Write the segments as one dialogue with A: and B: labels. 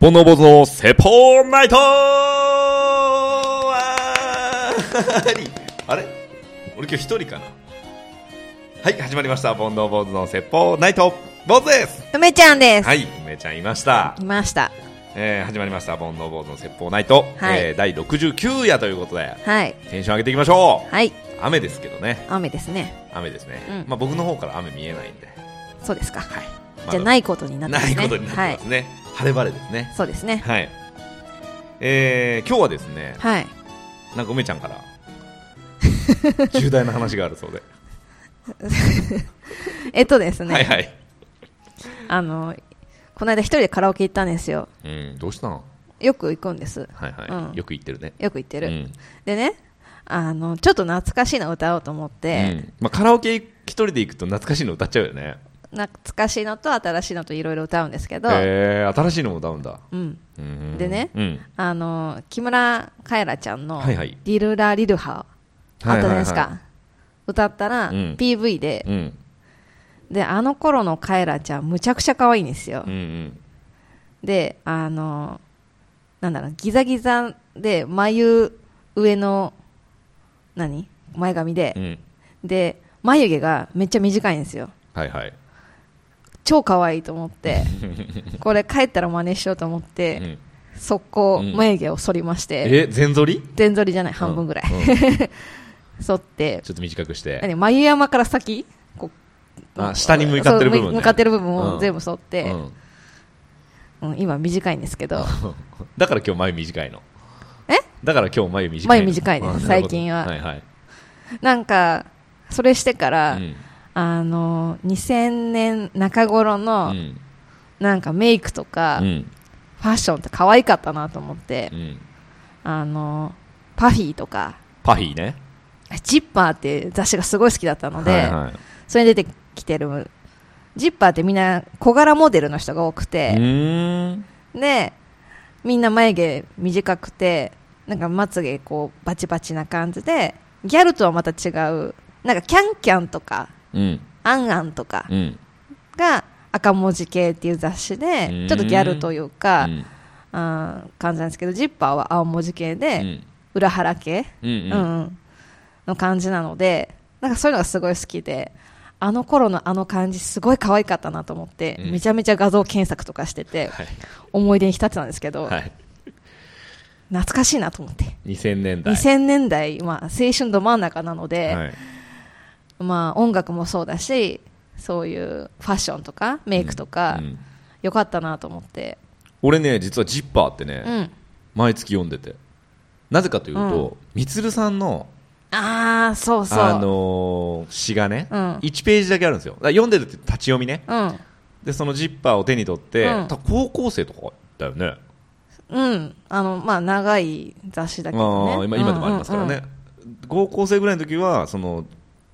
A: 本の坊主のセポーナイトあーあれ俺今日一人かなはい、始まりました。煩悩坊主の説法ナイト坊主です
B: 梅ちゃんです。
A: はい、梅ちゃんいました。
B: いました。
A: えー、始まりました。煩悩坊主の説法ナイト。
B: はい
A: えー、第69夜ということで、
B: はい。
A: テンション上げていきましょう、
B: はい。
A: 雨ですけどね。
B: 雨ですね。
A: 雨ですね。
B: うん
A: まあ僕の方から雨見えないんで。
B: そうですか。
A: はい。まあ
B: じゃあないことになってま
A: な
B: すね。
A: いことになってますね。晴れ晴れですね
B: はい。。そうですね。
A: はい。えー、今日はですね、
B: はい。
A: なんか梅ちゃんから、重大な話があるそうで。
B: えっと ですね。
A: はいはい。
B: あの、この間一人でカラオケ行ったんですよ。
A: うん、どうしたの
B: よく行くんです。
A: はいはい、
B: うん
A: よく言ってるね。
B: よく行ってる。
A: うん
B: でね、あの、ちょっと懐かしいの歌おうと思っ
A: う
B: て、
A: んまあ、カラオケ一人で行くと懐かしいの歌っちゃうよね。
B: 懐かしいのと新しいのといろいろ歌うんですけど、
A: えー、新しいのも歌うんだ。
B: うん。
A: うん
B: でね
A: うん、
B: あの、木村カエラちゃんの、
A: はいはい
B: リルラリルハ、あったじゃないですか。
A: はいはい
B: 歌ったら、
A: うん
B: PV で、
A: うん、
B: であの頃のカエラちゃんむちゃくちゃ可愛いんですよ、
A: うん、うん。
B: であのなんだろうギザギザで眉上の何前髪で
A: う、ん。
B: で眉毛がめっちゃ短いんですよ
A: はいはい。
B: 超可愛いと思って これ帰ったら真似しようと思っ
A: う
B: て、
A: ん、
B: 速攻
A: うん
B: 眉毛を剃りまして、
A: え、全剃り
B: 全剃りじゃない半分ぐらい、
A: うんうんちょ
B: 剃って
A: っと短くして。
B: 何眉山から先こう
A: あ下に向かってる部分ね
B: そう向かってる部分を全部剃って、
A: うん、
B: うん、今短いんですけど
A: だから今日眉短いの。
B: え
A: だから今日眉短いの。
B: 眉短いです
A: あなるほど
B: 最近は
A: はいはい。
B: なんかそれしてから、
A: うん
B: あの2000年中頃の、
A: うん
B: なんかメイクとか、
A: うん
B: ファッションって可愛かったなと思って、
A: うん
B: あのパフィーとか
A: パフィーね。
B: ジッパーって雑誌がすごい好きだったので、
A: はいは
B: それに出てきてるジッパーってみんな小柄モデルの人が多く
A: い。う
B: て、
A: ーん。
B: でみんな眉毛短くてなんかまつげこうバチバチな感じでギャルとはまた違うなんかキャンキャンとか
A: うん。
B: アンアンとか
A: うん。
B: が赤文字系っていう雑誌で
A: うん
B: ちょっとギャルというか、
A: うん
B: あー感じなんですけどジッパーは青文字系
A: う
B: で、
A: ん
B: 裏腹系、
A: う
B: うん
A: ん
B: う
A: うん
B: んの感じなのでなんかそういうのがすごい好きであの頃のあの感じすごい可愛かったなと思って、
A: うん
B: めちゃめちゃ画像検索とかしてて、
A: はい。
B: 思い出に浸ってたんですけど、
A: はい。
B: 懐かしいなと思って。
A: 2000年代。
B: 2000年代、まあ、青春ど真ん中なので、
A: はい。
B: まあ、音楽もそうだしそういうファッションとかメイクとか、
A: うん
B: よかったなと思って、
A: 俺ね、実はジッパーって
B: う
A: ね、
B: ん、
A: 毎月読んでて。なぜかというと、みつるさんの、
B: ああそうそう、
A: あのー、詩がね、
B: うん
A: 1ページだけあるんですよ。だから読んでるって立ち読みね。で、そのジッパーを手に取って、
B: うん
A: 多分高校生とかだよね。
B: うん、うん、あのまあ長い雑誌だけど
A: あ
B: ね
A: ー今今でもありますからね、、高校生ぐらいの時はその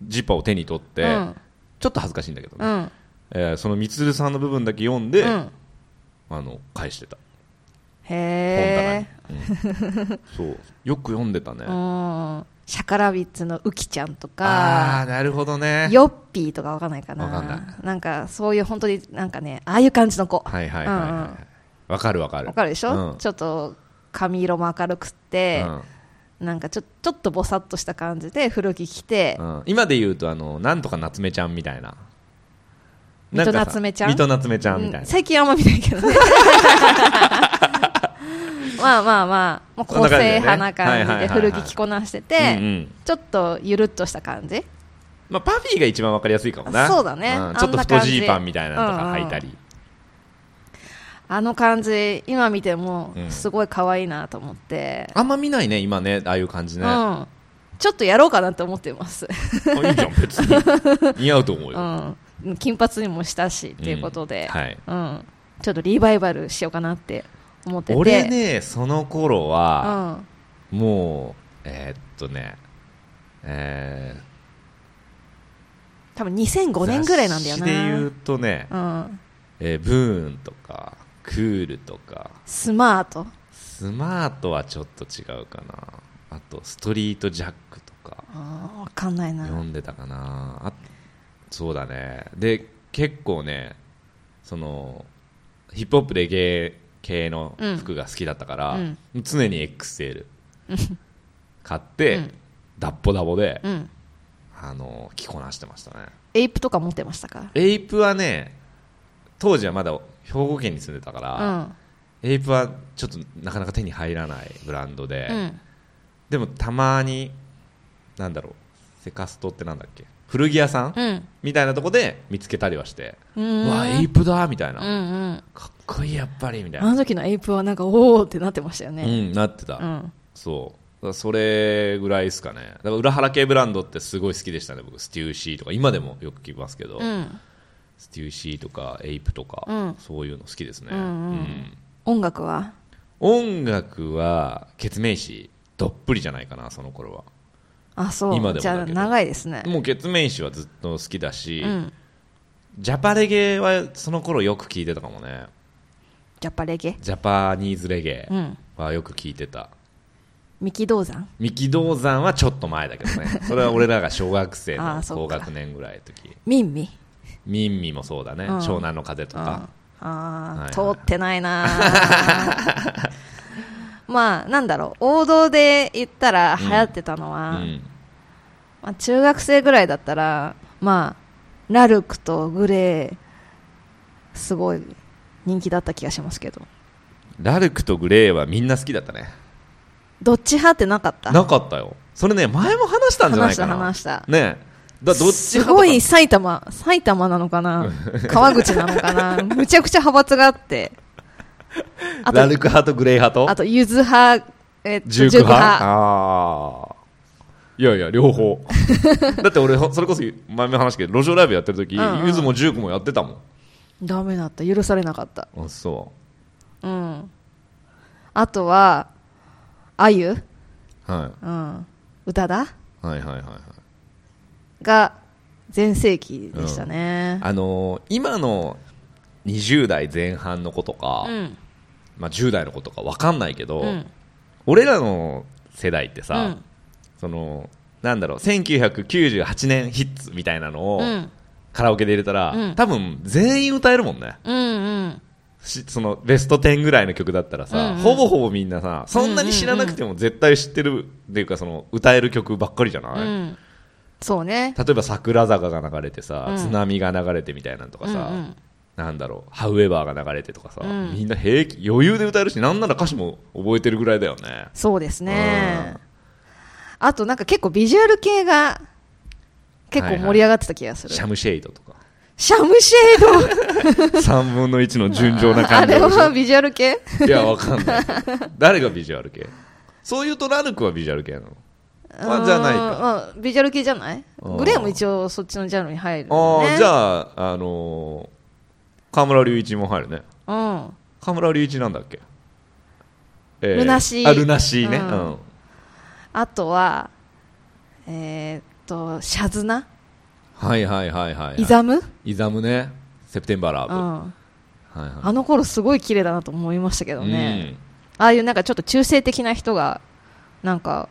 A: ジッパーを手に取って、
B: うん
A: ちょっと恥ずかしいんだけど
B: う
A: ね、
B: んうんうんうん
A: えーそのみつるさんの部分だけ読んで、
B: うん
A: あの返してた
B: へ
A: 本棚に、うんそうよく読んでたね、
B: え、うん、シャカラビッツのウキちゃんと
A: あ
B: か
A: あなるほどね
B: ヨッピーとかわかんないかな
A: わかんない
B: んかそういう本当になんかねああいう感じの子わ、
A: はいはいはいはいわ、かるわかる
B: かるでしょ、
A: うん
B: ちょっと髪色も明るくって、
A: う
B: なんかちょちょっとぼさっとした感じで古着着て、
A: んうん今で言うとあのなんとか夏目ちゃんみたいな
B: 水戸
A: なんかさ
B: 夏目ちゃん
A: 水戸夏目ちゃんみたいな、
B: うん最近あんま見ないけど ねまあまあまあもう個性派な感
A: そんな感じだよ
B: じ
A: ねはいはいはい
B: で
A: はい
B: 古着着こなしてて、
A: うんうん
B: ちょっとゆるっとした感じ
A: まあ、パフィーが一番わかりやすいかもな
B: そうだね
A: んちょっと
B: あんな感
A: 太
B: じ
A: ジーパンみたいなのとか履いたり、
B: あの感じ今見ても
A: うん
B: すごい可愛いなと思って、
A: あんま見ないね今ねああいう感じ
B: う
A: ね、
B: ん、ちょっとやろうかなって思ってます、
A: あいいじゃん別 に似合うと思う
B: う
A: よ、
B: ん、金髪にもしたしっていうことで、
A: はい、
B: うん、ちょっとリバイバルしようかなって思ってて
A: 俺ねその頃
B: う
A: は、
B: ん、
A: もうえーっとねえ
B: 多分
A: ー
B: 2005年ぐらいなんだよな
A: 雑誌で言うとね、
B: うん、
A: えーブーンとかクールとか
B: スマート
A: スマートはちょっと違うかなあとストリートジャックとか
B: あーわかんないな
A: 読んでたかなあそうだねで結構ねそのヒップホップでゲ系の服が好きだったから、
B: うん
A: 常に XL 買って、ダッボダボで、
B: うん
A: あの着こなしてましたね
B: エイプとか持ってましたか
A: エイプはね当時はまだ兵庫県に住んでたから、エイプはちょっとなかなか手に入らないブランドで、
B: うん、うん、
A: でもたまになんだろうセカストってなんだっけ古着屋さん、
B: うん
A: みたいなとこで見つけたりはして、
B: う
A: うんわエイプだみたいな、
B: うんうん
A: かっこいいやっぱりみたい
B: あ
A: な、
B: の時のエイプはなんかおおってなってましたよ
A: う
B: ね
A: ん、なってた、
B: うん
A: そうだからそれぐらいですかねだから裏腹系ブランドってすごい好きでしたね僕ステューシーとか今でもよく聞きますけど、
B: うん
A: ステューシーとかエイプとか、
B: うん
A: そういうの好きですね、
B: うんうん
A: うん
B: 音楽は
A: 音楽はケツメイシどっぷりじゃないかなその頃は
B: あそう
A: 今でもだけ
B: じ
A: ど
B: ゃあ長いですね
A: もうケツメイシはずっと好きだし、
B: うん
A: ジャパレゲはその頃よく聞いてたかもね
B: ジャパレゲ
A: ジャパニーズレゲ
B: うん
A: はよく聞いてた、
B: 三木銅山
A: 三木銅山はちょっと前だけ どねそれは俺らが小学生
B: あ
A: の
B: ーそ
A: 高
B: っか
A: 学年ぐらいの時
B: ミンミ
A: ミンミもそうだね、
B: うん
A: 湘南の風とか、
B: ああ、
A: はいはい
B: 通ってないな ーまあなんだろう王道で言ったら流行ってたの
A: う
B: は、
A: ん、
B: まあ、中学生ぐらいだったらまあラルクとグレーすごい人気だった気がしますけど
A: ラルクとグレーはみんな好きだったね
B: どっち派ってなかった
A: なかったよそれね前も話したんじゃない
B: 話し
A: か
B: た
A: な
B: 話した
A: ねえだどっち
B: す
A: 派とか
B: ごい埼玉埼玉なのかな川口なのかなむちゃくちゃ派閥があってあ
A: ラ
B: と
A: ルク派とグレー派と
B: あとゆず派えっと
A: ジューク
B: 塾
A: 派ああいやいや両 方だって俺ほそれこそ前も話したけど路上ライブやってる時
B: うんうん
A: ゆずもジュークもやってたも
B: ダメだった許されなかった
A: んあそ
B: うんあとはあゆ、
A: う、は
B: うん、宇多田
A: い、はいはいはいはい
B: が全盛期でしたね、
A: あのー今の20代前半の子とか、
B: うん
A: まあ、10代の子とかわかんないけど、
B: うん
A: 俺らの世代ってさ、
B: うん
A: そのなんだろう1998年ヒッツみたいなのを
B: うん
A: カラオケで入れたら、
B: うん
A: 多分全員歌えるもんね
B: うんうん
A: しそのベスト10ぐらいの曲だったらさ、
B: うんうん
A: ほぼほぼみんなさそんなに知らなくても絶対知ってるっていうかその歌える曲ばっかりじゃない、
B: うんそうね
A: 例えば「桜坂」が流れてさ「
B: うん
A: 津波」が流れてみたいなのとかさ、
B: うんうん
A: なんだろう「ハウエバー」が流れてとかさ、
B: うん
A: みんな平気余裕で歌えるしなんなら歌詞も覚えてるぐらいだよね
B: そうですね、あとなんか結構ビジュアル系が結構盛り上がってた気がする、
A: シャムシェイドとか
B: シャムシェー
A: 3分の1の純情な
B: ド あ
A: 感情
B: れ
A: でし
B: はビジュアル系
A: ょいやわかんない誰がビジュアル系そういうとラルクはビジュアル系なのあじゃあないか
B: うんうんビジュアル系じゃない
A: うん
B: グレーも一応そっちのジャンルに入る
A: あ
B: よ
A: あ、
B: ね
A: じゃあ、あのー、河村隆一も入るね。
B: うん
A: 河村隆一なんだっけ、え
B: ルナシー
A: あ、ルナシーね。う。
B: うんんあとはえーっとシャズナ
A: はいはいはいはい、はい。
B: イ。ザム
A: イザムね。セプテンバーラ
B: う
A: ブ。はい
B: ん
A: は
B: あの頃すごい綺麗だなと思いましたけど
A: い。
B: ね、ああいうなんかちょっと中性的な人がなんか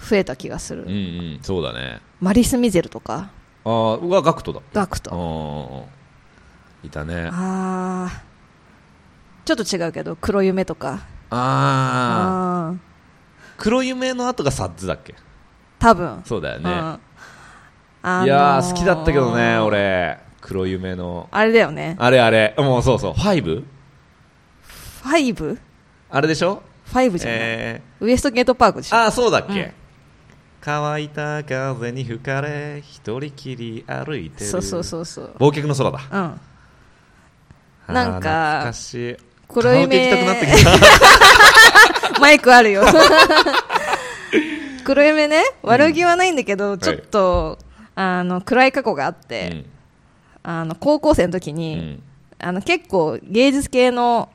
B: 増えた気がする、
A: うん。うんうん、そうだね。
B: マリス・ミゼルとか
A: ああ、うわ、ガクトだ。
B: ガク
A: う
B: ト
A: ん。いたね。あ
B: ああちょっと違うけど黒夢とか
A: あー。
B: ああ
A: 黒夢の後がサッズだっけ
B: 多分
A: そうだよ
B: うん
A: ね。
B: あのー
A: いやー、好きだったけどね、俺。黒夢の。
B: あれだよね
A: あれあれ。もうそうそう。ファイブ
B: ファイブ
A: あれでしょ
B: ファイブじゃない、
A: え
B: ウエストゲートパークでし
A: ー、
B: ょ
A: あーそうだっけ、
B: うん
A: 乾いた風に吹かれ一人きり歩いてる
B: そうそうそうそう
A: 忘却の空だ
B: うん
A: あー
B: なん
A: 懐か
B: か
A: しい
B: 黒い目
A: カラオ ケ行きたくなってき
B: マイクあ るよ。黒夢ね、悪気はないんだけど、
A: い、
B: ちょっと、あの、暗い過去があったて、あの、高校生の時
A: うんう
B: に、
A: ん
B: あの、結構芸術系の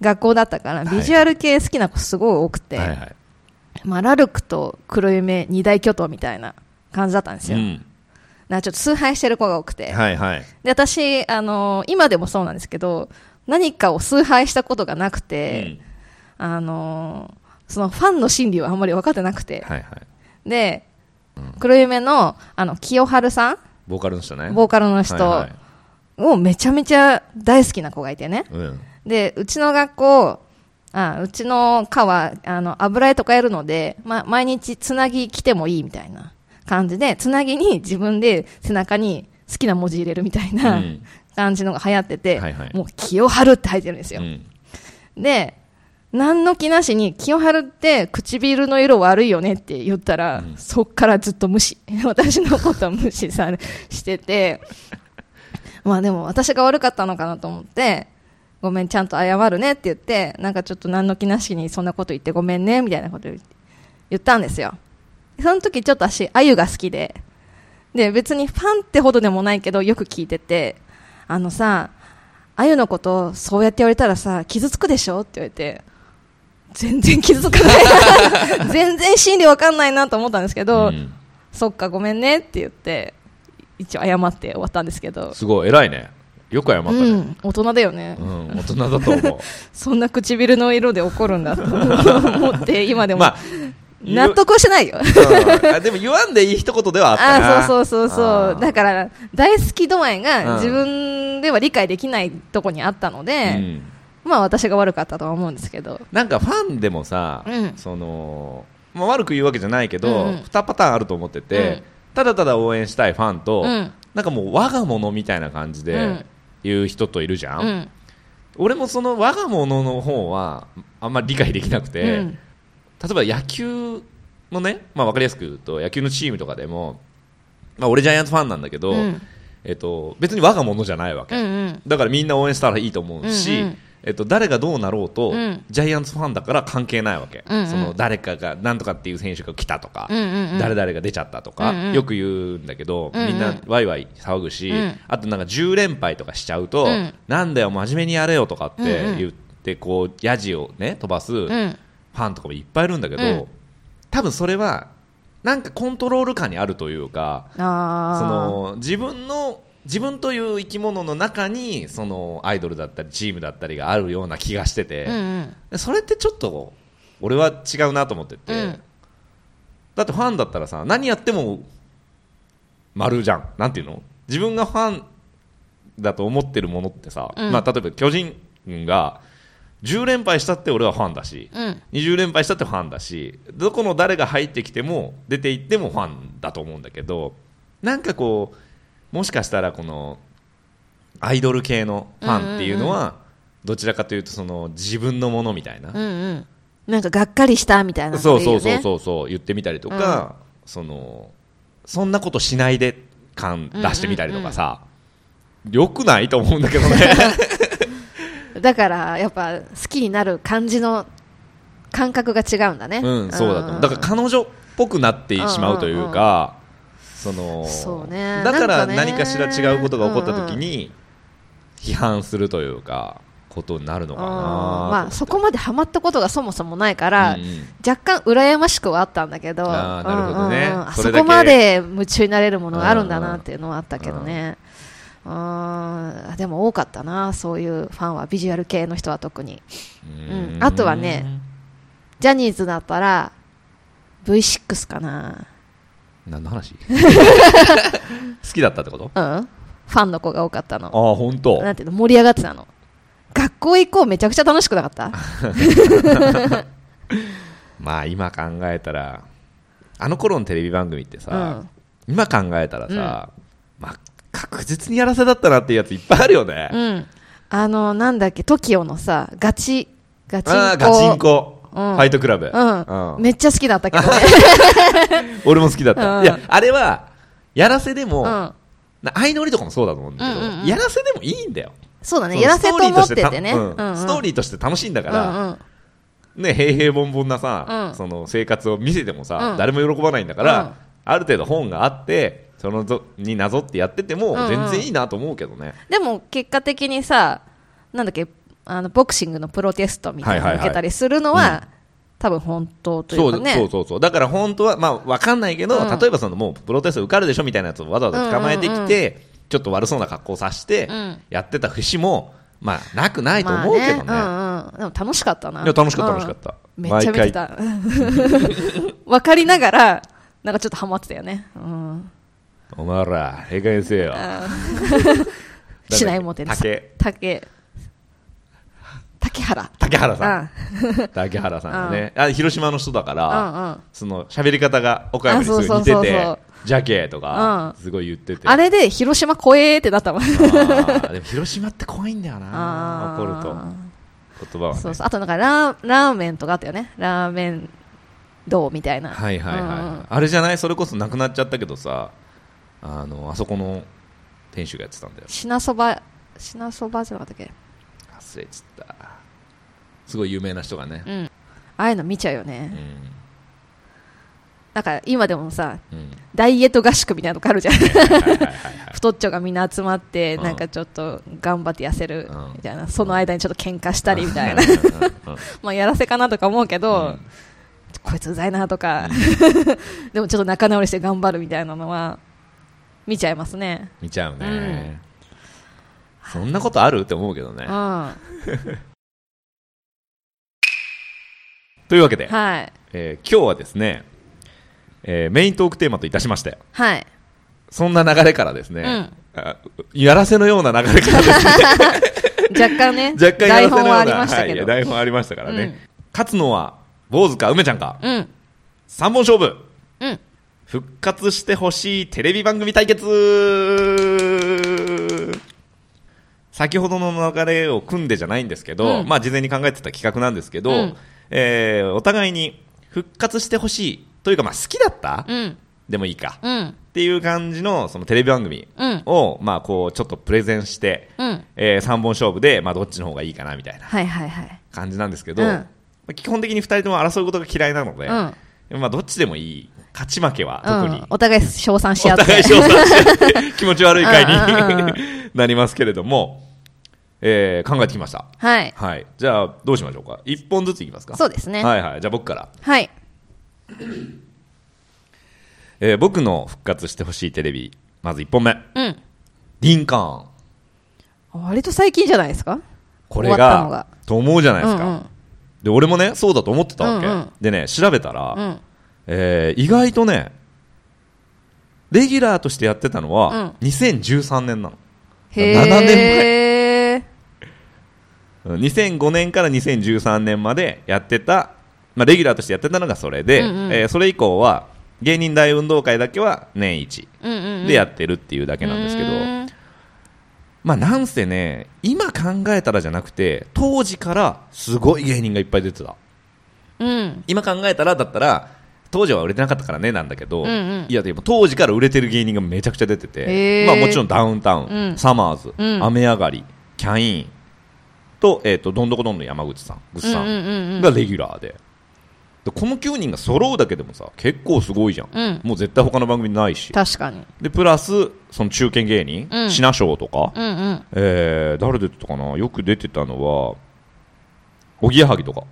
B: 学校だったから、
A: い
B: ビジュアル系好きな子すごい多くて、
A: はいはい
B: まあ、ラルクと黒夢二大巨頭みたいな感じだったんです
A: う
B: よ。
A: ん
B: なんかちょっと崇拝してる子が多くて。
A: はいはい
B: で、私、あの、今でもそうなんですけど、何かを崇拝したことがなくて、
A: うん
B: あのーそのファンの心理はあんまり分かってなくて、
A: はいはい
B: で、黒夢のあの清春さん、
A: ボーカルの人ね
B: ボー
A: ー
B: カルの
A: カ
B: 人をめちゃめちゃ大好きな子がいてね、
A: うん
B: でうちの学校あうちの課はあの油絵とかやるので、ま、毎日つなぎ来てもいいみたいな感じでつなぎに自分で背中に好きな文字入れるみたいな
A: うん
B: 感じのが流行ってて、
A: はいはい
B: もう清春って入ってるんですよ、
A: うん
B: で何の気なしに清春って唇の色悪いよねって言ったら、
A: うん
B: そっからずっと無視 私のこと無視されしててまあでも私が悪かったのかなと思ってごめんちゃんと謝るねって言ってなんかちょっと何の気なしにそんなこと言ってごめんねみたいなこと言って言ったんですよその時ちょっと私あゆが好きでで別にファンってほどでもないけどよく聞いててあのさあゆのことそうやって言われたらさ傷つくでしょって言われて全然傷つか ない全然心理わかんないなと思ったんですけど、
A: うん
B: そっかごめんねって言って一応謝って終わったんですけど、
A: すごい偉いねよく謝った
B: う
A: ね、
B: ん大人だよね、
A: うん大人だと思
B: そんな唇の色で怒る んだと思って今 で
A: う
B: も、
A: まあ
B: 納得はしてないよ
A: うんあでも言わんでいい一言ではあったな
B: あそうそうそうそうだ
A: か
B: から大好き度合い
A: うん
B: が自分では理解できないとこにあったの
A: う
B: で、
A: ん
B: まあ私が悪かったとは思うんですけど
A: なんかファンでもさ、
B: うん
A: そのまあ、悪く言うわけじゃないけど、
B: う
A: 二
B: んうん
A: 2パターンあると思ってて、
B: うん
A: ただただ応援したいファンと、
B: うん
A: なんかもう我が物みたいな感じ
B: う
A: で
B: ん
A: 言う人といるじゃん、
B: うん
A: 俺もその我が物の方はあんまり理解できなくて、
B: うん
A: 例えば野球のね、まあ、分かりやすく言うと野球のチームとかでも、まあ、俺ジャイアンツファンなんだけど、
B: うん
A: えっと、別に我が物じゃないわけ、
B: うんうん
A: だからみんな応援したらいいと思うし、
B: うんうん
A: えっと、誰がどうなろうと、
B: うん
A: ジャイアンツファンだから関係ないわけ、
B: うんうん
A: その誰かがなんとかっていう選手が来たとか、
B: うんうんうん
A: 誰々が出ちゃったとか、
B: うんうん
A: よく言うんだけど、
B: うんうん
A: みんなワイワイ騒ぐし、
B: うん
A: あとなんか10連敗とかしちゃうと、
B: うん
A: なんだよ真面目にやれよとかって
B: うんうん
A: 言ってこうヤジをね飛ばすフ
B: うん
A: ァンとかもいっぱいいるんだけど、
B: うん
A: 多分それはなんかコントロール感にあるというか、
B: あー
A: その自分の自分という生き物の中にそのアイドルだったりチームだったりがあるような気がしてて、
B: うんうん
A: でそれってちょっと俺は違うなと思ってて、
B: うん
A: だってファンだったらさ何やっても丸じゃんなんていうの自分がファンだと思ってるものってさ、
B: うん
A: まあ、例えば巨人軍が10連敗したって俺はファンだし
B: うん
A: 20連敗したってファンだしどこの誰が入ってきても出ていってもファンだと思うんだけどなんかこうもしかしたらこのアイドル系のファンっていうのはどちらかというとその自分のものみたいな、
B: うんうんなんかがっかりしたみたいな
A: そうそう
B: のがい
A: そ
B: いうよね
A: そうそう言ってみたりとか、そのそんなことしないで感出してみたりとかさ、良くないと思うんだけどね
B: だからやっぱ好きになる感じの感覚が違うんだね
A: うんそうだと思うだから彼女っぽくなってしまうというか、その
B: そうね
A: だか
B: な
A: ら
B: んかね
A: 何かしら違うことが起こった時に批判するというかことになるのかなと
B: うんまあ、そこまでハマったことがそもそもないから、
A: うんうん
B: 若干羨ましくはあったんだけど
A: あーなるほどね
B: うんうんうんあ
A: そ
B: そ
A: れだけ
B: こまで夢中になれるものがあるんだなっていうのはあったけどね。うんあでも多かったな、そういうファンはビジュアル系の人は特にうんあとはねジャニーズだったら V6 かな、
A: 何の話 好きだったってこと
B: うん、ファンの子が多かったの
A: ああ本当
B: なんていうの盛り上がってたの学校行こうめちゃくちゃ楽しくなかった
A: まあ今考えたらあの頃のテレビ番組ってさ、今考えたらさ、まあ、確実にやらせだったなっていうやついっぱいあるよね、
B: うん、うん、あのなんだっけ TOKIO のさガチガチンコ
A: ああガチンコ、
B: うん
A: ファイトクラブ、
B: うん、
A: うん
B: めっちゃ好きだったけ どね、
A: 俺も好きだった、
B: うん
A: いやあれはやらせでも、
B: うん、
A: な相乗りとかもそうだと思うんだけど、
B: うんうんうん
A: やらせでもいいんだよ、
B: そうだね
A: その
B: やらせと思っ
A: ストーリー
B: て
A: として
B: ね
A: た
B: うん
A: うん
B: うん
A: ストーリーとして楽しいんだから、
B: うんうん
A: ね、平平凡凡なさ、
B: うん
A: その生活を見せてもさ、
B: うん
A: 誰も喜ばないんだから、
B: うん
A: ある程度本があってそのぞになぞってやってても
B: うんうん
A: 全然いいなと思うけどね、
B: でも結果的にさなんだっけあのボクシングのプロテストみたいな
A: はいはいは
B: の受
A: い
B: けたりするのは,、多分本当とい
A: そうう
B: かね
A: そうそうそうだから本当は、まあ、わかんないけど、
B: うん
A: 例えばそのもうプロテスト受かるでしょみたいなやつをわざわざ捕まえてきて、ちょっと悪そうな格好をさして
B: うん
A: やってた節も、まあ、なくないと思うけどね,、
B: まあねうんうん、でも楽しかったない
A: や楽しかった楽しかった、
B: うんめっちゃ見てた分かりながらなんかちょっとハマってたよね、うん、
A: お前らええ加減に せえよ
B: しないもてね
A: 竹
B: 竹竹原
A: 竹原さん
B: あ
A: 竹原さんがね、あ広島の人だから、
B: うんうん
A: その喋り方が岡山にすごい似て
B: あそうそうそうそ
A: て
B: う
A: 「ジャケ」とか
B: う
A: すごい言ってて、
B: あれで広島怖えーってなったもん
A: あーでも広島って怖いんだよな
B: あー
A: 怒ると言葉はね
B: そうそうあとなんかラーラーメンとかあったよねラーメンどうみたいな
A: はいはいはい、
B: うんうん
A: あれじゃないそれこそなくなっちゃったけどさあのあそこの店主がやってたんだよ
B: 品そば品そばじゃなかったっけ
A: 忘れちゃったすごい有名な人がね
B: うんああいうの見ちゃうよね、
A: うん、
B: なんか今でもさ
A: うん、
B: ダイエット合宿みたいなのがあるじゃん
A: はいはいはいはい
B: 太っちょがみんな集まって
A: うん
B: なんかちょっと頑張って痩せる
A: うん
B: みたいなその間にちょっと喧嘩したりみた いな
A: うんうんうんうん
B: まあやらせかなとか思うけど、
A: うん
B: こいつうざいなとか でもちょっと仲直りして頑張るみたいなのは見ちゃいますね
A: 見ちゃうね、そんなことあるって思うけどね
B: うんは
A: というわけで
B: い、はい
A: えー今日はですね、えーメイントークテーマといたしまして
B: はい
A: そんな流れからですね、 あやらせのような流れからですね
B: 若干ね
A: 若干やらせ
B: 台
A: のよう
B: 本
A: な
B: はありました
A: は
B: けど、
A: い台本ありましたからね、
B: うん
A: 勝つのは坊主か梅ちゃんか
B: うん
A: 3本勝負
B: うん
A: 復活してほしいテレビ番組対決先ほどの流れを組んでじゃないんですけど、
B: うん
A: まあ事前に考えてた企画なんですけど、
B: うん
A: えーお互いに復活してほしいというかまあ好きだった、
B: うん
A: でもいいか
B: うん
A: っていう感じのそのテレビ番組
B: うん
A: を、まあこうちょっとプレゼンして、
B: うん
A: え3本勝負で、まあ、どっちの方がいいかなみたいな
B: はいはいはい
A: 感じなんですけど、
B: うん
A: まあ基本的に2人とも争うことが嫌いなので、
B: うん
A: まあ、どっちでもいい勝ち負けは
B: う
A: 特に、
B: ん、お互い称賛し合
A: お
B: って
A: 互 い称賛し合って気持ち悪い回
B: うんうんうんう
A: に なりますけれども、えー考えてきました、
B: はい
A: はい、じゃあどうしましょうか1本ずついきますか
B: そうですね
A: はいはい、じゃあ僕から、
B: はい
A: えー僕の復活してほしいテレビまず1本目
B: うん
A: リンカーン
B: 割と最近じゃないですか
A: これ
B: 終わったの
A: が
B: が
A: と思うじゃないですか、
B: うんうん
A: で俺もねそうだと思ってたわけ、
B: うんうん
A: でね調べたら、
B: うん
A: えー意外とねレギュラーとしてやってたのは、2013年なの
B: へ
A: 7年
B: え
A: うん2005年から2013年までやってた、まあ、レギュラーとしてやってたのがそれで、
B: うんうん
A: えーそれ以降は芸人大運動会だけは年一
B: うんうんうん
A: でやってるっていうだけなんですけど、
B: うん
A: まあなんせね今考えたらじゃなくて当時からすごい芸人がいっぱい出てた
B: うん
A: 今考えたらだったら当時は売れてなかったからねなんだけど、
B: うんうん
A: いやでも当時から売れてる芸人がめちゃくちゃ出て
B: へ
A: て、
B: ー
A: まあ、もちろんダウンタウン、
B: うん
A: サマーズ、
B: うん
A: 雨上がりキャインと,、えー、とどんどこどんどん山口さんぐっ
B: うんう
A: さん
B: んうんうん
A: がレギュラーででこの9人が揃うだけでもさ結構すごいじゃん、
B: うん
A: もう絶対他の番組ないし
B: 確かに
A: でプラスその中堅芸人、
B: うん
A: シナショーとか、
B: うんうん
A: えー誰出てたかなよく出てたのはおぎやはぎとか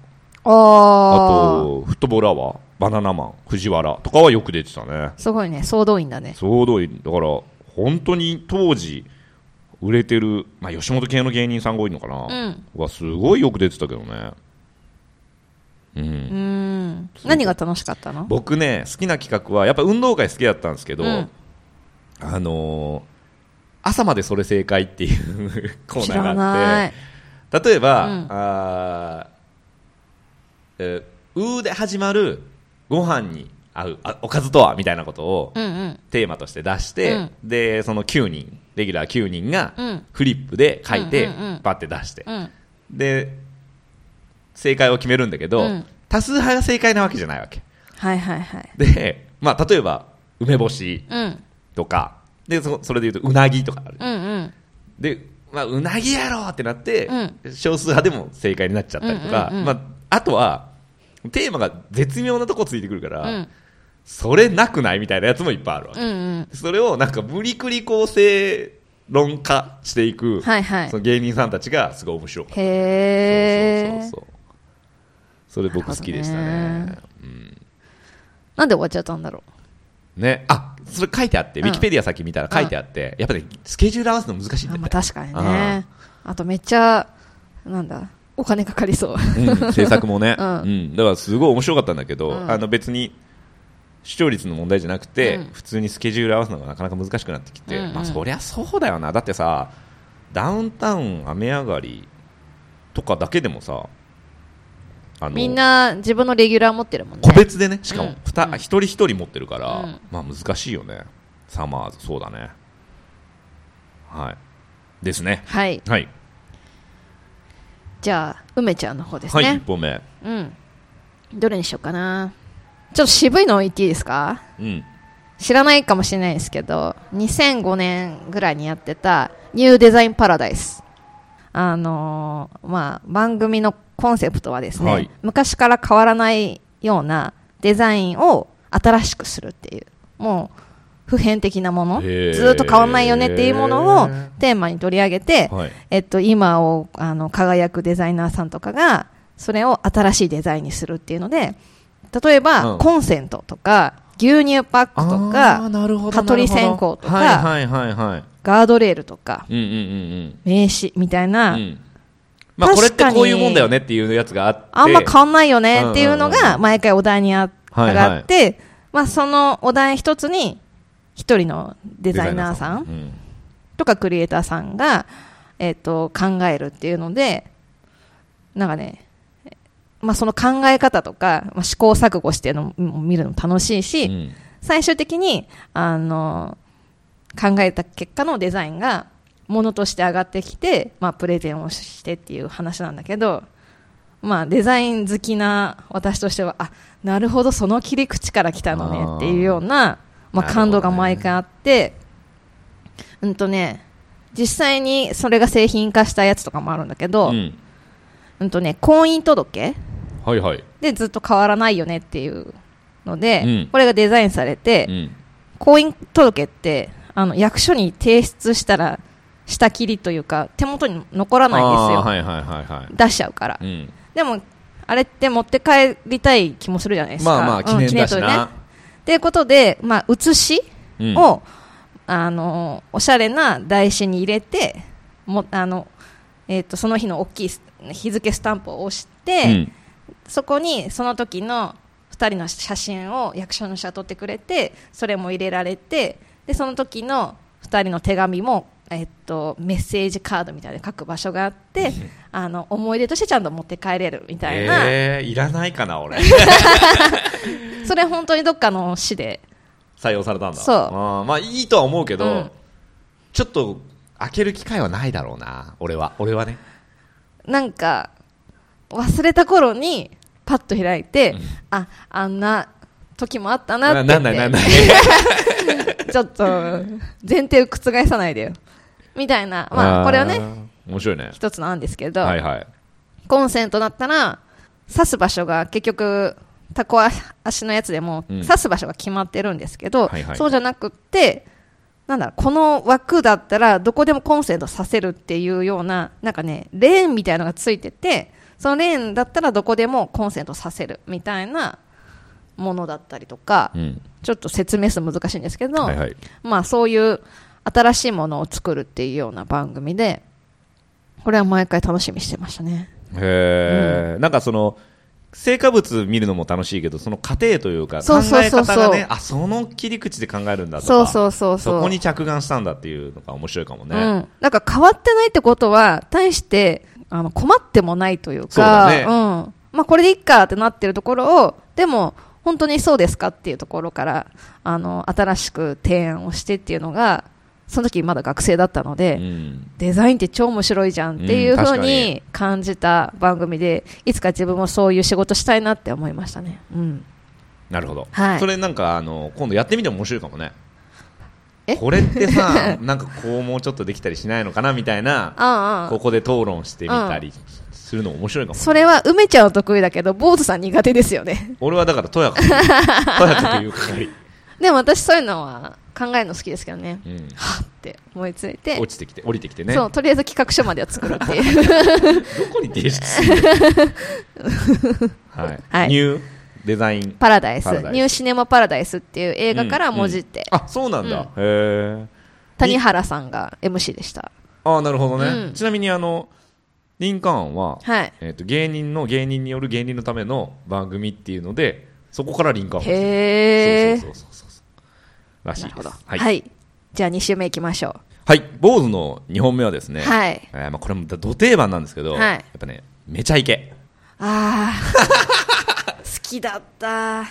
B: あ
A: あ
B: あ
A: とフットボールアワーバナナマン藤原とかはよく出てたね
B: すごいね総動員だね
A: 総動員だから本当に当時売れてる、まあ、吉本系の芸人さんが多いのかな、
B: うん
A: はすごいよく出てたけどね
B: うーん何が楽しかったの
A: 僕ね好きな企画はやっぱ運動会好きだったんですけど、
B: うん
A: あのー朝までそれ正解っていうコー
B: 知
A: ナー
B: ら
A: があ
B: な
A: っ
B: い
A: て例えば、
B: うん
A: あーえーうーで始まるご飯に合うあおかずとはみたいなことを
B: うんうん
A: テーマとして出して、
B: うん
A: でその9人レギュラー9人が
B: うん
A: フリップで書いて、
B: うんうんうん
A: バッて出して、
B: うん
A: で正解を決めるんだけど、
B: うん
A: 多数派が正解なわけじゃないわけ
B: はいはいはい
A: で、まあ、例えば梅干し
B: うん
A: とかでそそれで言うとうなぎとかある
B: うんうん
A: で、まあ、うなぎやろうってなって、
B: う
A: 少数派でも正解になっちゃったりとか、
B: うんうんうん
A: まあ、あとはテーマが絶妙なとこついてくるから、
B: うん
A: それなくないみたいなやつもいっぱいあるわけ
B: うんうん
A: それをなんか無理くりこう正論化していく、
B: はいはい
A: その芸人さんたちがすごい面白かっ
B: へ
A: た、
B: え
A: そうそうそうそうそれ僕好きでした
B: なるほ
A: ね
B: どなんで終わっちゃったんだろ
A: ねあそれ書いてあって、
B: うん
A: ウィキペディア先見たら書いてあって、やっぱり、スケジュール合わせるの難しいんだ
B: うあ
A: よ
B: まあ
A: ね、
B: 確かにねあとめっちゃなんだお金かかりそう
A: うん、制作もね、う
B: うんん
A: だからすごい面白かったんだけど、
B: うん
A: あの別に視聴率の問題じゃなくて、
B: うん
A: 普通にスケジュール合わせるのがなかなか難しくなってきて、
B: うんうん
A: まあ、そりゃそうだよなだってさダウンタウン雨上がり東とかだけでもさあの
B: みんな自分のレギュラー持ってるもんね
A: 個別でねしかも
B: うん
A: ふた
B: うん
A: 一人一人持ってるから、
B: うん
A: まあ難しいよねサマーズそうだねはいですね
B: はい
A: はい、
B: じゃあ梅ちゃんの方です
A: はい
B: ね
A: 1本目
B: うんどれにしようかなちょっと渋いの言っていいですか
A: うん
B: 知らないかもしれないですけど2005年ぐらいにやってた「ニューデザインパラダイス」あのーまあ、番組のコンセプトはですね、
A: はい
B: 昔から変わらないようなデザインを新しくするっていうもう普遍的なものず
A: へー
B: ーっと変わらないよねっていうものをテーマに取り上げて、
A: はい
B: えっと、今をあの輝くデザイナーさんとかがそれを新しいデザインにするっていうので例えば、
A: うん
B: コンセントとか牛乳パックと
A: あー
B: か
A: なるほど
B: 蚊取り線香とか
A: はいはいはいはい
B: ガードレールとか
A: うんうん
B: 名刺みたい
A: うんう
B: な、
A: んうんまあこれってこういうもんだよねっていうやつがあって
B: あんま変わんないよねっていうの
A: うんうんうん
B: が毎回お題にあ上がって、まあ、そのお題一つに一人のデザイナーさん
A: うん
B: とかクリエイターさんが、えっと考えるっていうのでなんかね、まあ、その考え方とか、まあ、試行錯誤してるのも見るの楽しいし、
A: うん
B: 最終的にあの考えた結果のデザインがものとして上がってきて、まあ、プレゼンをしてっていう話なんだけど、まあ、デザイン好きな私としてはあなるほどその切り口から来たのねっていうようなま
A: なるほど
B: あ、
A: ね
B: 感動が毎回あって、うんとね実際にそれが製品化したやつとかもあるんだけど、う
A: うんん
B: とね、婚姻届
A: はいはい
B: でずっと変わらないよねっていうので、
A: うん
B: これがデザインされて、
A: うん
B: 婚姻届ってあの役所に提出したら下切りというか手元に残らないんですよ、
A: あーはいはいはいはい
B: 出しちゃうから、
A: うん
B: でもあれって持って帰りたい気もするじゃないですか
A: まあまあ記念だし
B: うん記とね
A: な
B: っていうことで、まあ、写し
A: うん
B: を、あのおしゃれな台紙に入れてもあの、えー、とその日の大きいス日付スタンプを押して、
A: うん
B: そこにその時の2人の写真を役所の人が撮ってくれてそれも入れられてでその時の2人の手紙も、えっと、メッセージカードみたいで書く場所があってあの思い出としてちゃんと持って帰れるみたいな、
A: えーいらないか な俺
B: それ本当にどっかの市で
A: 採用されたんだ
B: そう
A: あーまあいいとは思うけど、
B: うん
A: ちょっと開ける機会はないだろうな俺は俺はね
B: なんか忘れた頃にパッと開いて、ああんな時もあったなって
A: な
B: 言
A: んないな
B: っ
A: ん
B: て
A: ない
B: ちょっと前提を覆さないでよみたいな、 まあ、これはね
A: 面白いね
B: 一つの案ですけど、
A: はいはい
B: コンセントだったら刺す場所が結局タコ足のやつでも
A: うん
B: 刺す場所が決まってるんですけど、
A: はいはい
B: そうじゃなくってなんだろうこの枠だったらどこでもコンセントさせるっていうようななんかねレーンみたいなのがついててそのレーンだったらどこでもコンセントさせるみたいなものだったりとか、
A: うん
B: ちょっと説明するの難しいんですけど、
A: はいはい
B: まあそういう新しいものを作るっていうような番組でこれは毎回楽しみにしてましたね。
A: へえ、なんかその成果物見るのも楽しいけどその過程というか考
B: そうそう
A: え
B: そうそう
A: 方がねあその切り口で考えるんだとか
B: そうそうそうそう。
A: そこに着眼したんだっていうのが面白いかもね、
B: うん。なんか変わってないってことは、対して、あの、困ってもないというか、
A: そうだね
B: ん。まあ、これでいっかってなってるところを、でも、本当にそうですかっていうところから、あの、新しく提案をしてっていうのが、その時まだ学生だったので、
A: うん
B: デザインって超面白いじゃんっていう
A: うん
B: ふう
A: 確かに
B: に感じた番組で、いつか自分もそういう仕事したいなって思いましたね。うん。
A: なるほど、
B: はい
A: それなんかあの今度やってみても面白いかもね
B: え
A: これって さなんかこうもうちょっとできたりしないのかなみたいな
B: ああ
A: ここで討論してみたりするの面白いかも、
B: それは梅ちゃんは得意だけど、坊主さん苦手ですよね。
A: 俺はだからとやかくとやかくいう かかり、
B: でも私そういうのは考えるの好きですけどね、
A: うん、
B: はっって思いついて、
A: 落ちてきて降りてきてね
B: そ
A: ど
B: うとりあえず企画書までは作るっていう
A: こに提出するの はい、
B: はい
A: ニューデザイン
B: パラダイス
A: パラダイス
B: ニューシネマ・パラダイスっていう映画から文字って、
A: あそうなんだ、へえ
B: 谷原さんが MC でした
A: ああなるほどね、
B: うん
A: ちなみにあのリンカーンは、
B: はい
A: えー、と芸人の芸人による芸人のための番組っていうのでそこからリンカーンが
B: へえ
A: そうそうそうそうそうらしい
B: な
A: です
B: るほどは、
A: はいい、はい
B: じゃあ2週目いきましょ
A: 坊主の2本目はです
B: う、
A: ね、
B: はい
A: えーまあ、これもど定番なんですけど、
B: はい
A: やっぱねめちゃイケ
B: ああ好きだったあ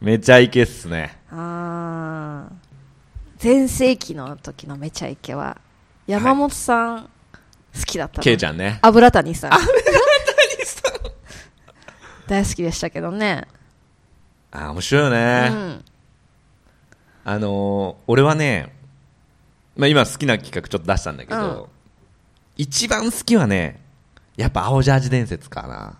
A: めちゃイケっすね
B: あ全盛期の時のめちゃイケは山本さん、好きだったな
A: ケイちゃんね
B: 油谷さん油谷さん 大好きでしたけどね、
A: あー面白いよ
B: う
A: ね、
B: ん、
A: あのー俺はね、まあ、今好きな企画ちょっと出したんだけど、
B: うん
A: 一番好きはねやっぱ青ジャージ伝説かな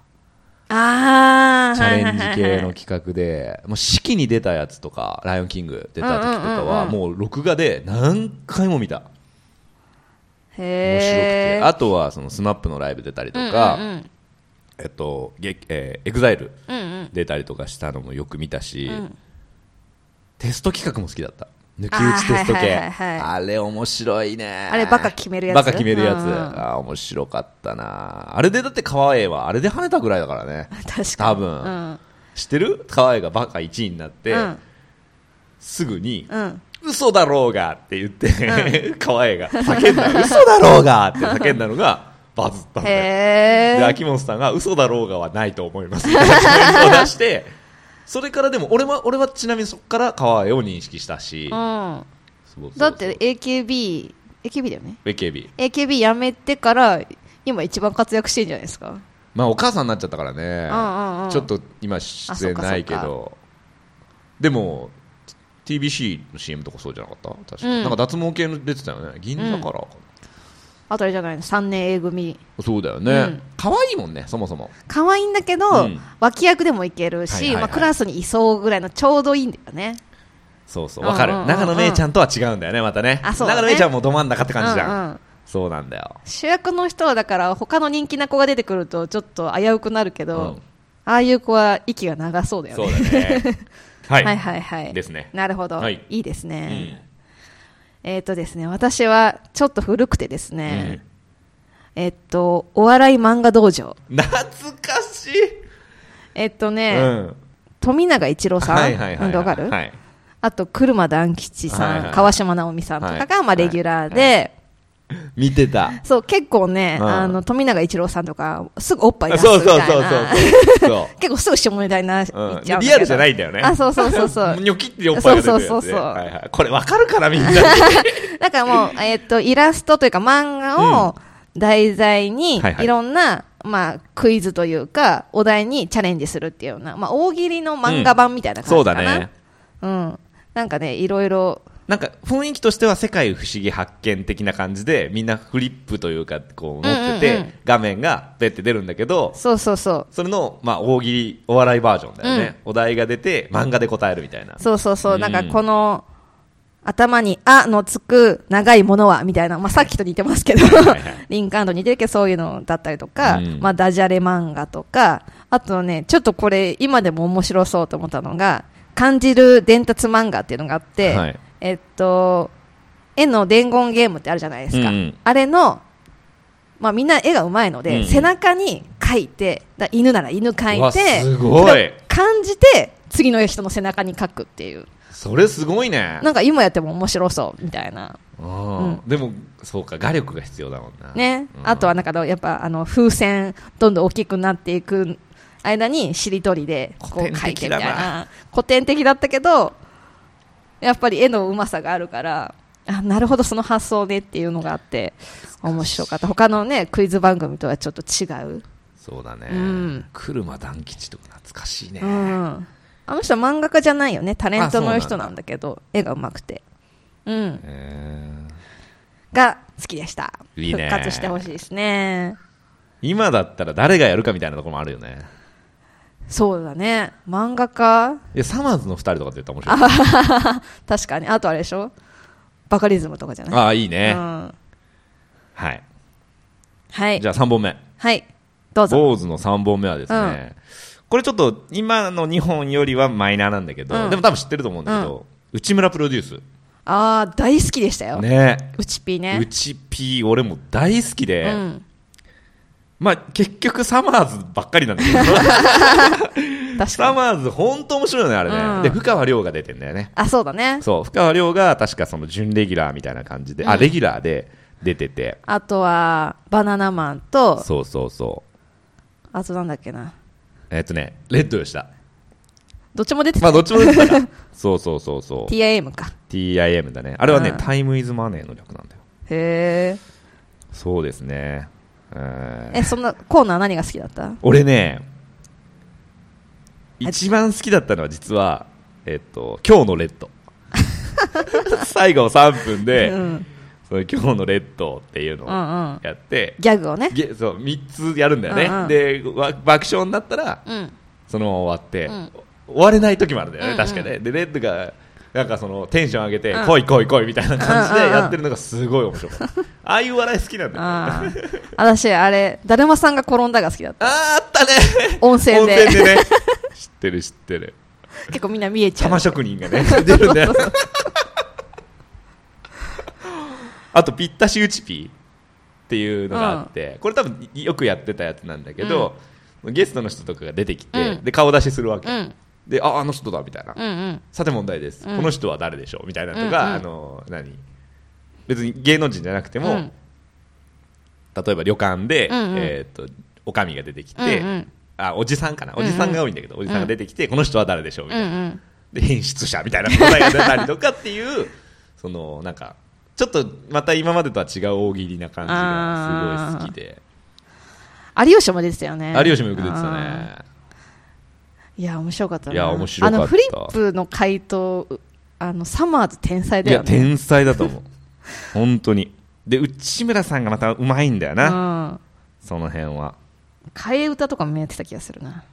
B: ああ
A: チャレンジ
B: はいはい
A: 系
B: はいは
A: の
B: い
A: 企画で、もう式に出たやつとか、ライオンキング出た時とかは、
B: うんうん
A: もう録画で何回も見た。面白くて。
B: へえ
A: あとは、そのスマップのライブ出たりとか、
B: うんうん
A: えっと、げえー、エグザイル
B: うんうんうん
A: 出たりとかしたのもよく見たし、
B: うん
A: テスト企画も好きだった。抜き
B: あー
A: 打ちテスト系。
B: はいはいはいはい
A: あれ面白いね。
B: あれバカ決めるやつ
A: バカ決めるやつ。
B: うんうん
A: あー面白かったな。あれでだって川栄は、あれで跳ねたぐらいだからね。
B: 確かに
A: 多分
B: うん
A: 知ってる川栄がバカ1位になって、
B: うん
A: すぐに、
B: うん
A: 嘘だろうがって言って、 川栄が叫んだ嘘だろうがって叫んだのがバズったん
B: へ
A: だよ
B: え
A: で秋元さんが嘘だろうがはないと思いますってコメントを出してそれからでも俺は俺はちなみにそこから川栄を認識したし
B: うん
A: そうそうそう
B: だって AKB AKB だよね
A: AKB
B: AKB 辞めてから今一番活躍してんじゃないですか
A: まあお母さんになっちゃったからね、
B: うんうんうん
A: ちょっと今出演ないけ
B: あそ
A: どでも TBC の CM とかそうじゃなかった確か、
B: うん
A: なんか脱毛系の出てたよね銀座からかな、
B: あとあれじゃないの3年 A 組
A: そうだよ
B: うん
A: ね可愛、いもんねそもそも
B: 可愛いんだけど、
A: うん
B: 脇役でもいけるし、
A: はいはいはい
B: まあ、クラスにいそうぐらいのちょうどいいんだよね
A: そうそう
B: うんう
A: わ
B: んうん
A: かる中野めいちゃんとは違うんだよねまたね
B: あそうだね
A: 中野めいちゃんもど真ん中って感じじゃん、
B: うんうん
A: そうなんだよ
B: 主役の人はだから他の人気な子が出てくるとちょっと危うくなるけど、
A: うん
B: ああいう子は息が長そうだよね
A: そうだ ねはい、
B: はいはいはい
A: ですね
B: なるほど、
A: はい
B: い、いです
A: う
B: ね、
A: ん
B: えっ、とですね私はちょっと古くてです
A: う
B: ね
A: ん、
B: えっ、とお笑い漫画道場
A: 懐かしい、
B: えっ、とね、
A: うん
B: 富永一郎さん、
A: はいはいはい
B: わかる、
A: はい
B: あと車団吉さん、
A: はいはい
B: 川島直美さんとかが、
A: はい
B: まあ、レギュラーで、
A: は見てた
B: そう結構ね、
A: うん
B: あの富永一郎さんとかすぐおっぱい出すみた
A: そ
B: いうな
A: そうそうそうそうそ
B: 結構すぐ下ネタになっちゃうん
A: う
B: だ
A: ん
B: けど、
A: リアルじゃないんだよね
B: あそうそうそうそう
A: ニョキっておっぱいが出てるやつね
B: そうそうそうそう
A: はいはいこれわかるからみんな
B: だからもう、えっとイラストというか漫画を題材に
A: はいはい
B: いろんな、まあ、クイズというかお題にチャレンジするっていうような、まあ、大喜利の漫画版みたいな感
A: そう
B: じか
A: だ
B: な、
A: ね
B: うん、なんかねいろいろ
A: なんか雰囲気としては世界不思議発見的な感じでみんなフリップというかこう持ってて、
B: うんうんうん
A: 画面がベって出るんだけど
B: そうそうそう
A: それの、まあ、大喜利お笑いバージョンだよね、お題が出て漫画で答えるみたいな
B: そうそうそう、
A: うん
B: なんかこの頭に「あ」のつく長いものはみたいな、まあ、さっきと似てますけど
A: いはい
B: リンカーンと似てるけどそういうのだったりとか、
A: うん
B: まあ、ダジャレ漫画とかあとねちょっとこれ今でも面白そうと思ったのが感じる伝達漫画っていうのがあって、
A: はい
B: えっと絵の伝言ゲームってあるじゃないですか、
A: うんうん
B: あれの、まあ、みんな絵がうまいので、
A: うん
B: 背中に描いてだ犬なら犬
A: う
B: 描
A: わ
B: いて
A: すごい
B: 感じて次の人の背中に書くっていう
A: それすごいね
B: なんか今やっても面白そうみたいな
A: うんでもそうか画力が必要だもんな
B: ね、
A: うん
B: あとはなんかやっぱあの風船どんどん大きくなっていく間にしりとりでこう書いてみた
A: 古典的だ
B: いな古典的だったけどやっぱり絵のうまさがあるからあなるほどその発想ねっていうのがあって面白かった他のねクイズ番組とはちょっと違う、
A: そうだね、
B: うん
A: 車団吉とか懐かしいね、
B: うん、あの人は漫画家じゃないよねタレント
A: あそうなん
B: の
A: だ
B: 人なんだけど絵がうまくてうん
A: えー
B: が好きでした
A: いいね
B: 復活してほしいですね
A: 今だったら誰がやるかみたいなところもあるよね
B: そうだね漫画家
A: いやサマーズの2人とか絶対面白い
B: 確かにあとあれでしょバカリズムとかじゃない
A: ああいいね、
B: うん、
A: はい
B: はい
A: じゃあ3本目
B: はいどうぞ
A: 坊主の3本目はですね、これちょっと今の2本よりはマイナーなんだけど、
B: うん
A: でも多分知ってると思うんだけど、内村プロデュー
B: ああ大好きでしたよ、
A: スね
B: うちぴー
A: う
B: ね
A: ち P 俺も大好きで、
B: うん
A: まあ結局サマーズばっかりなんだ けど
B: 確か
A: サ
B: に
A: マーズ本当面白いよねあれね、
B: うん
A: で深川亮が出てんだよね
B: あそうだね
A: そう深川亮が確かその準レギュラーみたいな感じで、あレギュラーで出てて
B: あとはバナナマンと
A: そうそうそう
B: あとなんだっけな
A: えっとねレッド吉田
B: どっちも出て
A: ま
B: た、
A: あどっちも出てた なそうそうそうそう
B: TIM か
A: TIM だねあれはね、
B: うん
A: タイムイズマネーの略なんだよ
B: へー
A: そうですね、えー
B: えそんなコーナー何が好きだった
A: 俺ね
B: あ
A: 一番好きだったのは実はえっと今日のレッ ド最後3分で、
B: うん、うん
A: その今日のレッドっていうのを
B: うん
A: やって、
B: ギャグをね
A: げそう3つやるんだよね、
B: うんうん
A: でわ爆笑になったら
B: うん
A: そのまま終わって、
B: うん
A: 終われない時もあるんだよね、
B: うんうん
A: 確かねでレッドがなんかそのテンション上げて、
B: うん
A: 来い来い来いみたいな感じ
B: うんう
A: で
B: んうん
A: やってるのがすごい面白かった、 ああいう笑い好きなんだよね
B: ああ私あれだるまさんが転んだが好きだった
A: あーあったね
B: 温泉で
A: ね 知ってる知ってる
B: 結構みんな見えちゃう
A: 玉職人がね 出るんだよあと「ぴったしうちぴ」っていうのがあって、これ多分よくやってたやつなんだけど、ゲストの人とかが出てきて、
B: うん
A: で顔出しするわけ、
B: うん
A: で「ああの人だ」みたいな、
B: うんうん
A: さて問題です、
B: うん
A: この人は誰でしょうみたいなのが、
B: うんうん
A: あの何別に芸能人じゃなくても、
B: うん
A: 例えば旅館で、
B: うんうん
A: えー、とおかみが出てきて、
B: うんうん
A: あおじさんかなおじさんが多いんだけど、おじさんが出てきてこの人は誰でしょうみ
B: う
A: たい
B: ん
A: な、
B: うん
A: で変質者みたいな答えが出たりとかっていうそのなんかちょっとまた今までとは違う大喜利な感じがすごい好きで
B: 有吉も出てたよね
A: 有吉もよく出てた
B: あ
A: ね
B: ーいや面白かったない
A: や面白かった
B: あのフリップの回答うあのサマーズ天才
A: い
B: だよ
A: や
B: ね
A: 天才だと思う本当にで内村さんがまたうまいんだよな、
B: うん
A: その辺は
B: 替え歌とかもやってた気がするな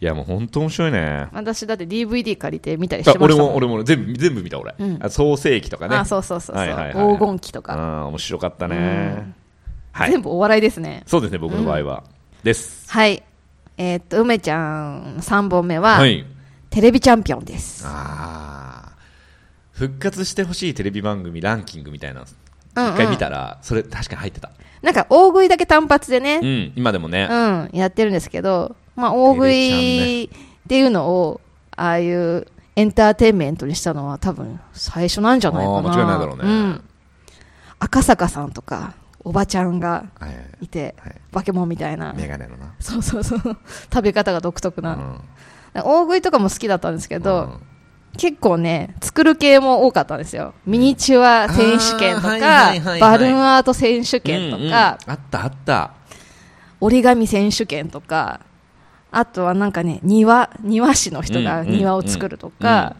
B: い
A: やもう本当面白いね
B: 私だって DVD 借りて見たりし
A: あ
B: てま
A: 俺
B: した
A: も
B: ん
A: 俺も全部全部見た俺、
B: うん
A: あ創世記とかね
B: あそうそうそうそ
A: は
B: う、
A: いはいはい
B: 黄金期とか、
A: うん面白かったね、
B: うん
A: はい
B: 全部お笑いですね
A: そうですね僕の場合は、です
B: はいえーっと梅ちゃん3本目は、
A: はい
B: テレビチャンピオンです
A: ああ復活してほしいテレビ番組ランキングみたいなの
B: うんうん
A: 一回見たらそれ確かに入ってた、
B: なんか大食いだけ単発でね
A: う、ん、今でもね、
B: うん、やってるんですけど、まあ、大食いっていうのを、ああいうエンターテインメントにしたのは多分最初なんじゃないかな。
A: あー間違いないだろうね
B: ん赤坂さんとか、おばちゃんが
A: はい
B: いて、
A: はい
B: バケモンみたいな。
A: メガネのな、
B: そうそうそう。食べ方が独特
A: う
B: な。
A: ん
B: 大食いとかも好きだったんですけど、
A: うん
B: 結構ね、作る系も多かったんですよ。ミニチュア選手権とか、
A: あーはいはいはいはい
B: バルーンアート選手権とか、
A: うんうんあったあった
B: 折り紙選手権とかあとはなんかね庭庭師の人が
A: うんうん
B: 庭を作るとか、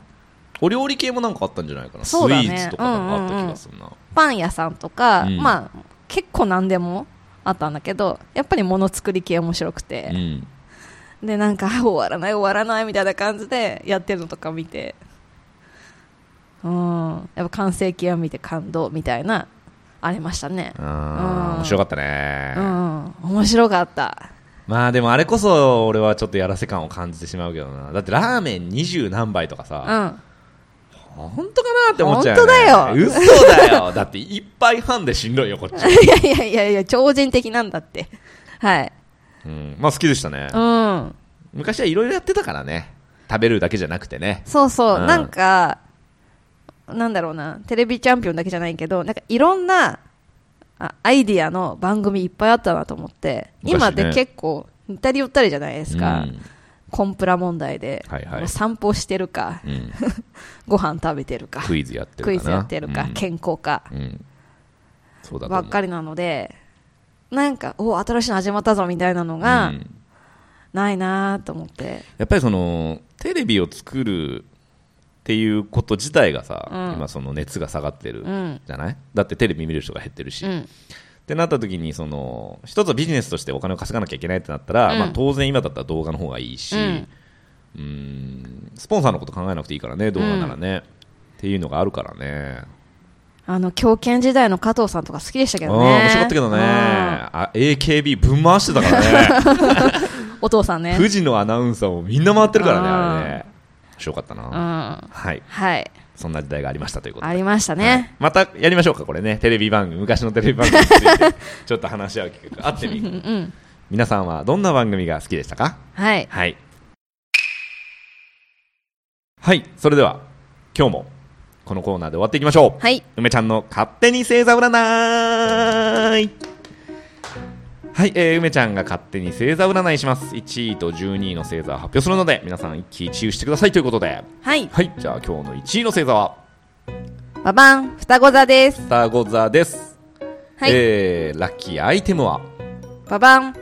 A: お料理系もなんかあったんじゃないかな、スイ
B: そうだね
A: ーツとかなんかあった気がするな、
B: パン屋さんとか、
A: うん
B: まあ結構何でもあったんだけどやっぱりもの作り系面白く
A: う
B: て、
A: ん
B: でなんかあ終わらない終わらないみたいな感じでやってるのとか見てうんやっぱ完成形を見て感動みたいなありましたね
A: あ
B: う
A: ー
B: ん
A: 面白かったね、
B: うん面白かった
A: まあでもあれこそ俺はちょっとやらせ感を感じてしまうけどなだってラーメン二十何杯とかさ、
B: うん
A: 本当かなって思っちゃう
B: 本当だよ
A: だよ嘘だ よだって一杯半でしんどいよこっち、
B: いやいやいやいや超人的なんだってはい
A: うん、まあ好きでしたね
B: うん
A: 昔はいろいろやってたからね食べるだけじゃなくてね
B: そうそう、
A: うん
B: なんか、なんだろうな、テレビチャンピオンだけじゃないけど、なんかいろんなあアイディアの番組いっぱいあったなと思って、今
A: 昔ね
B: で結構、似たり寄ったりじゃないですか、
A: うん
B: コンプラ問題で、
A: はいはい
B: もう散歩してるか、
A: うん
B: ご飯食べてるか、
A: クイズやってるか
B: ク
A: な
B: イズやってるか、健康か、
A: うん、うんそうだと
B: ば
A: 思う
B: っかりなので、なんか、お新しいの始まったぞみたいなの
A: う
B: が、
A: ん
B: ないなと思って、
A: やっぱりそのテレビを作るっていうこと自体がさ、
B: うん
A: 今その熱が下がってる
B: うん
A: じゃない、だってテレビ見る人が減ってるし、
B: う
A: っ
B: ん、
A: てなった時にその一つはビジネスとしてお金を稼がなきゃいけないってなったら、
B: うん
A: まあ、当然今だったら動画の方がいいし、
B: うん
A: うーんスポンサーのこと考えなくていいからね動画ならね、っていうのがあるからね
B: あの、狂犬時代の加藤さんとか好きでしたけ
A: あ
B: どね。
A: あ面白かったけどね、
B: うん
A: あ AKB ぶん回してたからね
B: お 父さんね。
A: 富士のアナウンサーもみんな回ってるからね
B: あ
A: あ
B: ー
A: れね面白かったな、
B: うん。は
A: はい
B: い。
A: そんな時代がありましたということで
B: ありましたね。
A: またやりましょうかこれねテレビ番組昔のテレビ番組につい てちょっと話し合う企画あってみ
B: うんうん。
A: 皆さんはどんな番組が好きでしたか
B: はい。
A: はいはいそれでは今日もこのコーナーで終わっていきましょう、
B: はい
A: 梅ちゃんの勝手に星座占いはい、えー梅ちゃんが勝手に星座占いします1位と12位の星座を発表するので皆さん一喜一憂してくださいということで
B: はい
A: はいじゃあ今日の1位の星座は
B: ババン双子座です
A: 双子座です、
B: はい、
A: えーラッキーアイテムは
B: ババン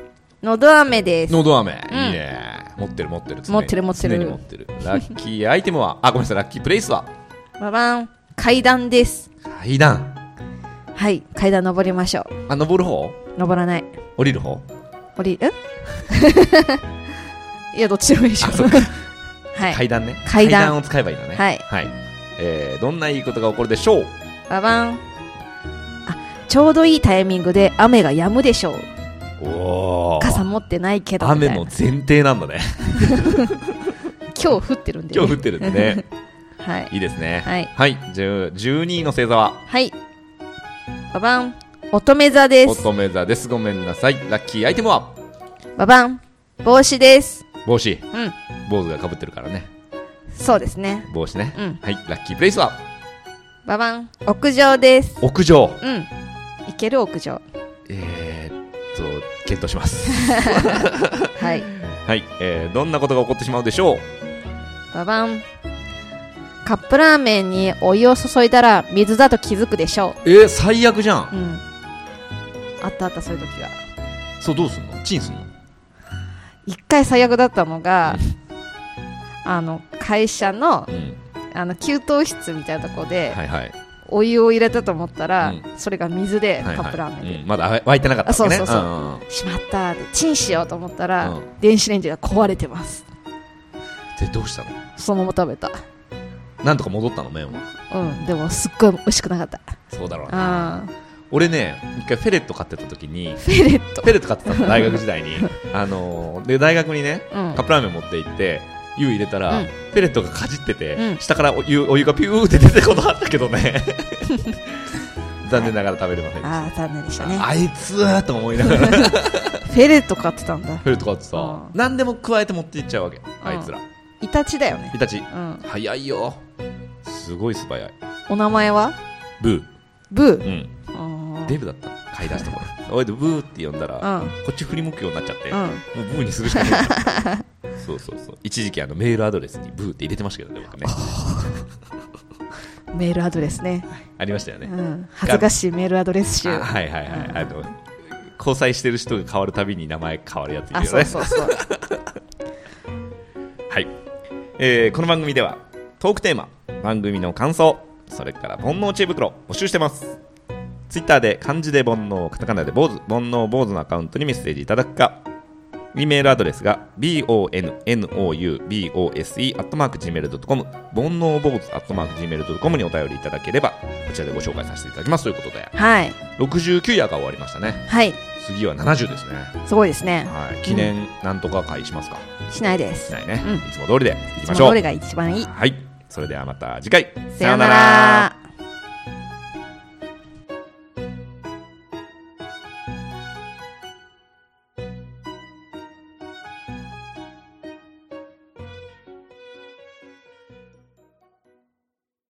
B: のど飴です
A: のど飴、
B: うん
A: いいね持ってる持ってる常に
B: 持ってる持ってる
A: 常に持ってるラッキーアイテムはあごめんなさいラッキープレイスは
B: ババン階段です
A: 階段
B: はい階段登りましょう
A: あ登る方
B: 登らない
A: 降りる方
B: 降りえ いやどっちでもいいでしょ はい
A: 階段ね
B: 階段
A: を使えばいいのね
B: はい
A: えーどんないいことが起こるでしょう
B: ババンあちょうどいいタイミングで雨が止むでしょう
A: おー
B: 傘持ってないけどみた
A: 雨
B: いな
A: の前提なん だね
B: 今日降ってるんで、
A: 今日降ってるんで ね
B: はい
A: いいですね
B: はい
A: はい10 12位の星座は
B: はいババン乙女座です
A: 乙女座ですごめんなさいラッキーアイテムは
B: ババン帽子です
A: 帽子
B: うん
A: 坊主がかぶってるからね
B: そうですね
A: 帽子ね
B: うん
A: はいラッキープレイスは
B: ババン屋上です
A: 屋上
B: うん行ける屋上
A: えーっと検討します
B: はい
A: はい、えーどんなことが起こってしまうでしょう
B: ババンカップラーメンにお湯を注いだら水だと気づくでしょ
A: えー、最悪じゃん
B: ううんあったあったそういう時が
A: そうどうすんのチンすんの
B: 一回最悪だったのがあの会社の
A: うん
B: あの給湯室みたいなとこで、
A: はいはい
B: お湯を入れたと思ったら、
A: うん
B: それが水で
A: はいはい
B: カップラーメンで、
A: うんまだ沸いてなかったわけね
B: あそうそうそう
A: ん
B: ん
A: ん
B: しまったーってチンしようと思ったら、
A: う
B: 電子レンジが壊れてます
A: でどうしたの
B: そのまま食べた
A: なんとか戻ったの麺は
B: うんでもすっごい美味しくなかった
A: そうだろうな
B: あ
A: 俺ね一回フェレット買ってた時に
B: ーペレット
A: フェレット買ってたの大学時代 にあのーで大学にね
B: うん
A: カップラーメン持って行って湯入れたら、
B: うん
A: フェレットがかじってて、
B: うん
A: 下からお湯お湯がピューって出てくることあったけど ね残念ながら食べれませんでした
B: あー残念でしたね
A: ああいつーと思い ながらフ
B: フェレット買ってたんだ
A: ェルト買ってさ
B: うん
A: 何でも加えて持っていっちゃうわけあいつら
B: イタチだよね
A: イタチ
B: うん
A: 早いよすごい素早い
B: お名前は
A: ブ
B: ブ
A: ー、うん、
B: ーうん
A: デブだった買い出した頃おいでブーって呼んだら、
B: うん
A: こっち振り向くようになっちゃって、
B: うん
A: もうブーにするしかない そうそうそう一時期あのメールアドレスにブーって入れてましたけどね僕ね
B: メールアドレスね、
A: ありましたよね、
B: うん、恥ずかしいメールアドレス集
A: あはいはいはい、
B: うん
A: あの交際してる人が変わるたびに名前変わるやついるよ
B: あ
A: ね
B: そうそうそう
A: はい、えーこの番組ではトークテーマ番組の感想それから煩悩知恵袋募集してますツイッターで漢字で煩悩カタカナで坊主煩悩坊主のアカウントにメッセージいただくか E メールアドレスが bonoubose.gmail.com 煩悩坊主 .gmail.com にお便りいただければこちらでご紹介させていただきますということで
B: はい
A: 69夜が終わりましたね
B: はい
A: 次は70ですね、
B: すごいですね
A: はい、記念なんとか会しますか、
B: しないで
A: し
B: す
A: ないね、
B: うん
A: いつも通りでいきまし
B: いつ
A: ょ
B: もど
A: う
B: れが一番いい
A: はい。それではまた次回。
B: さようなら。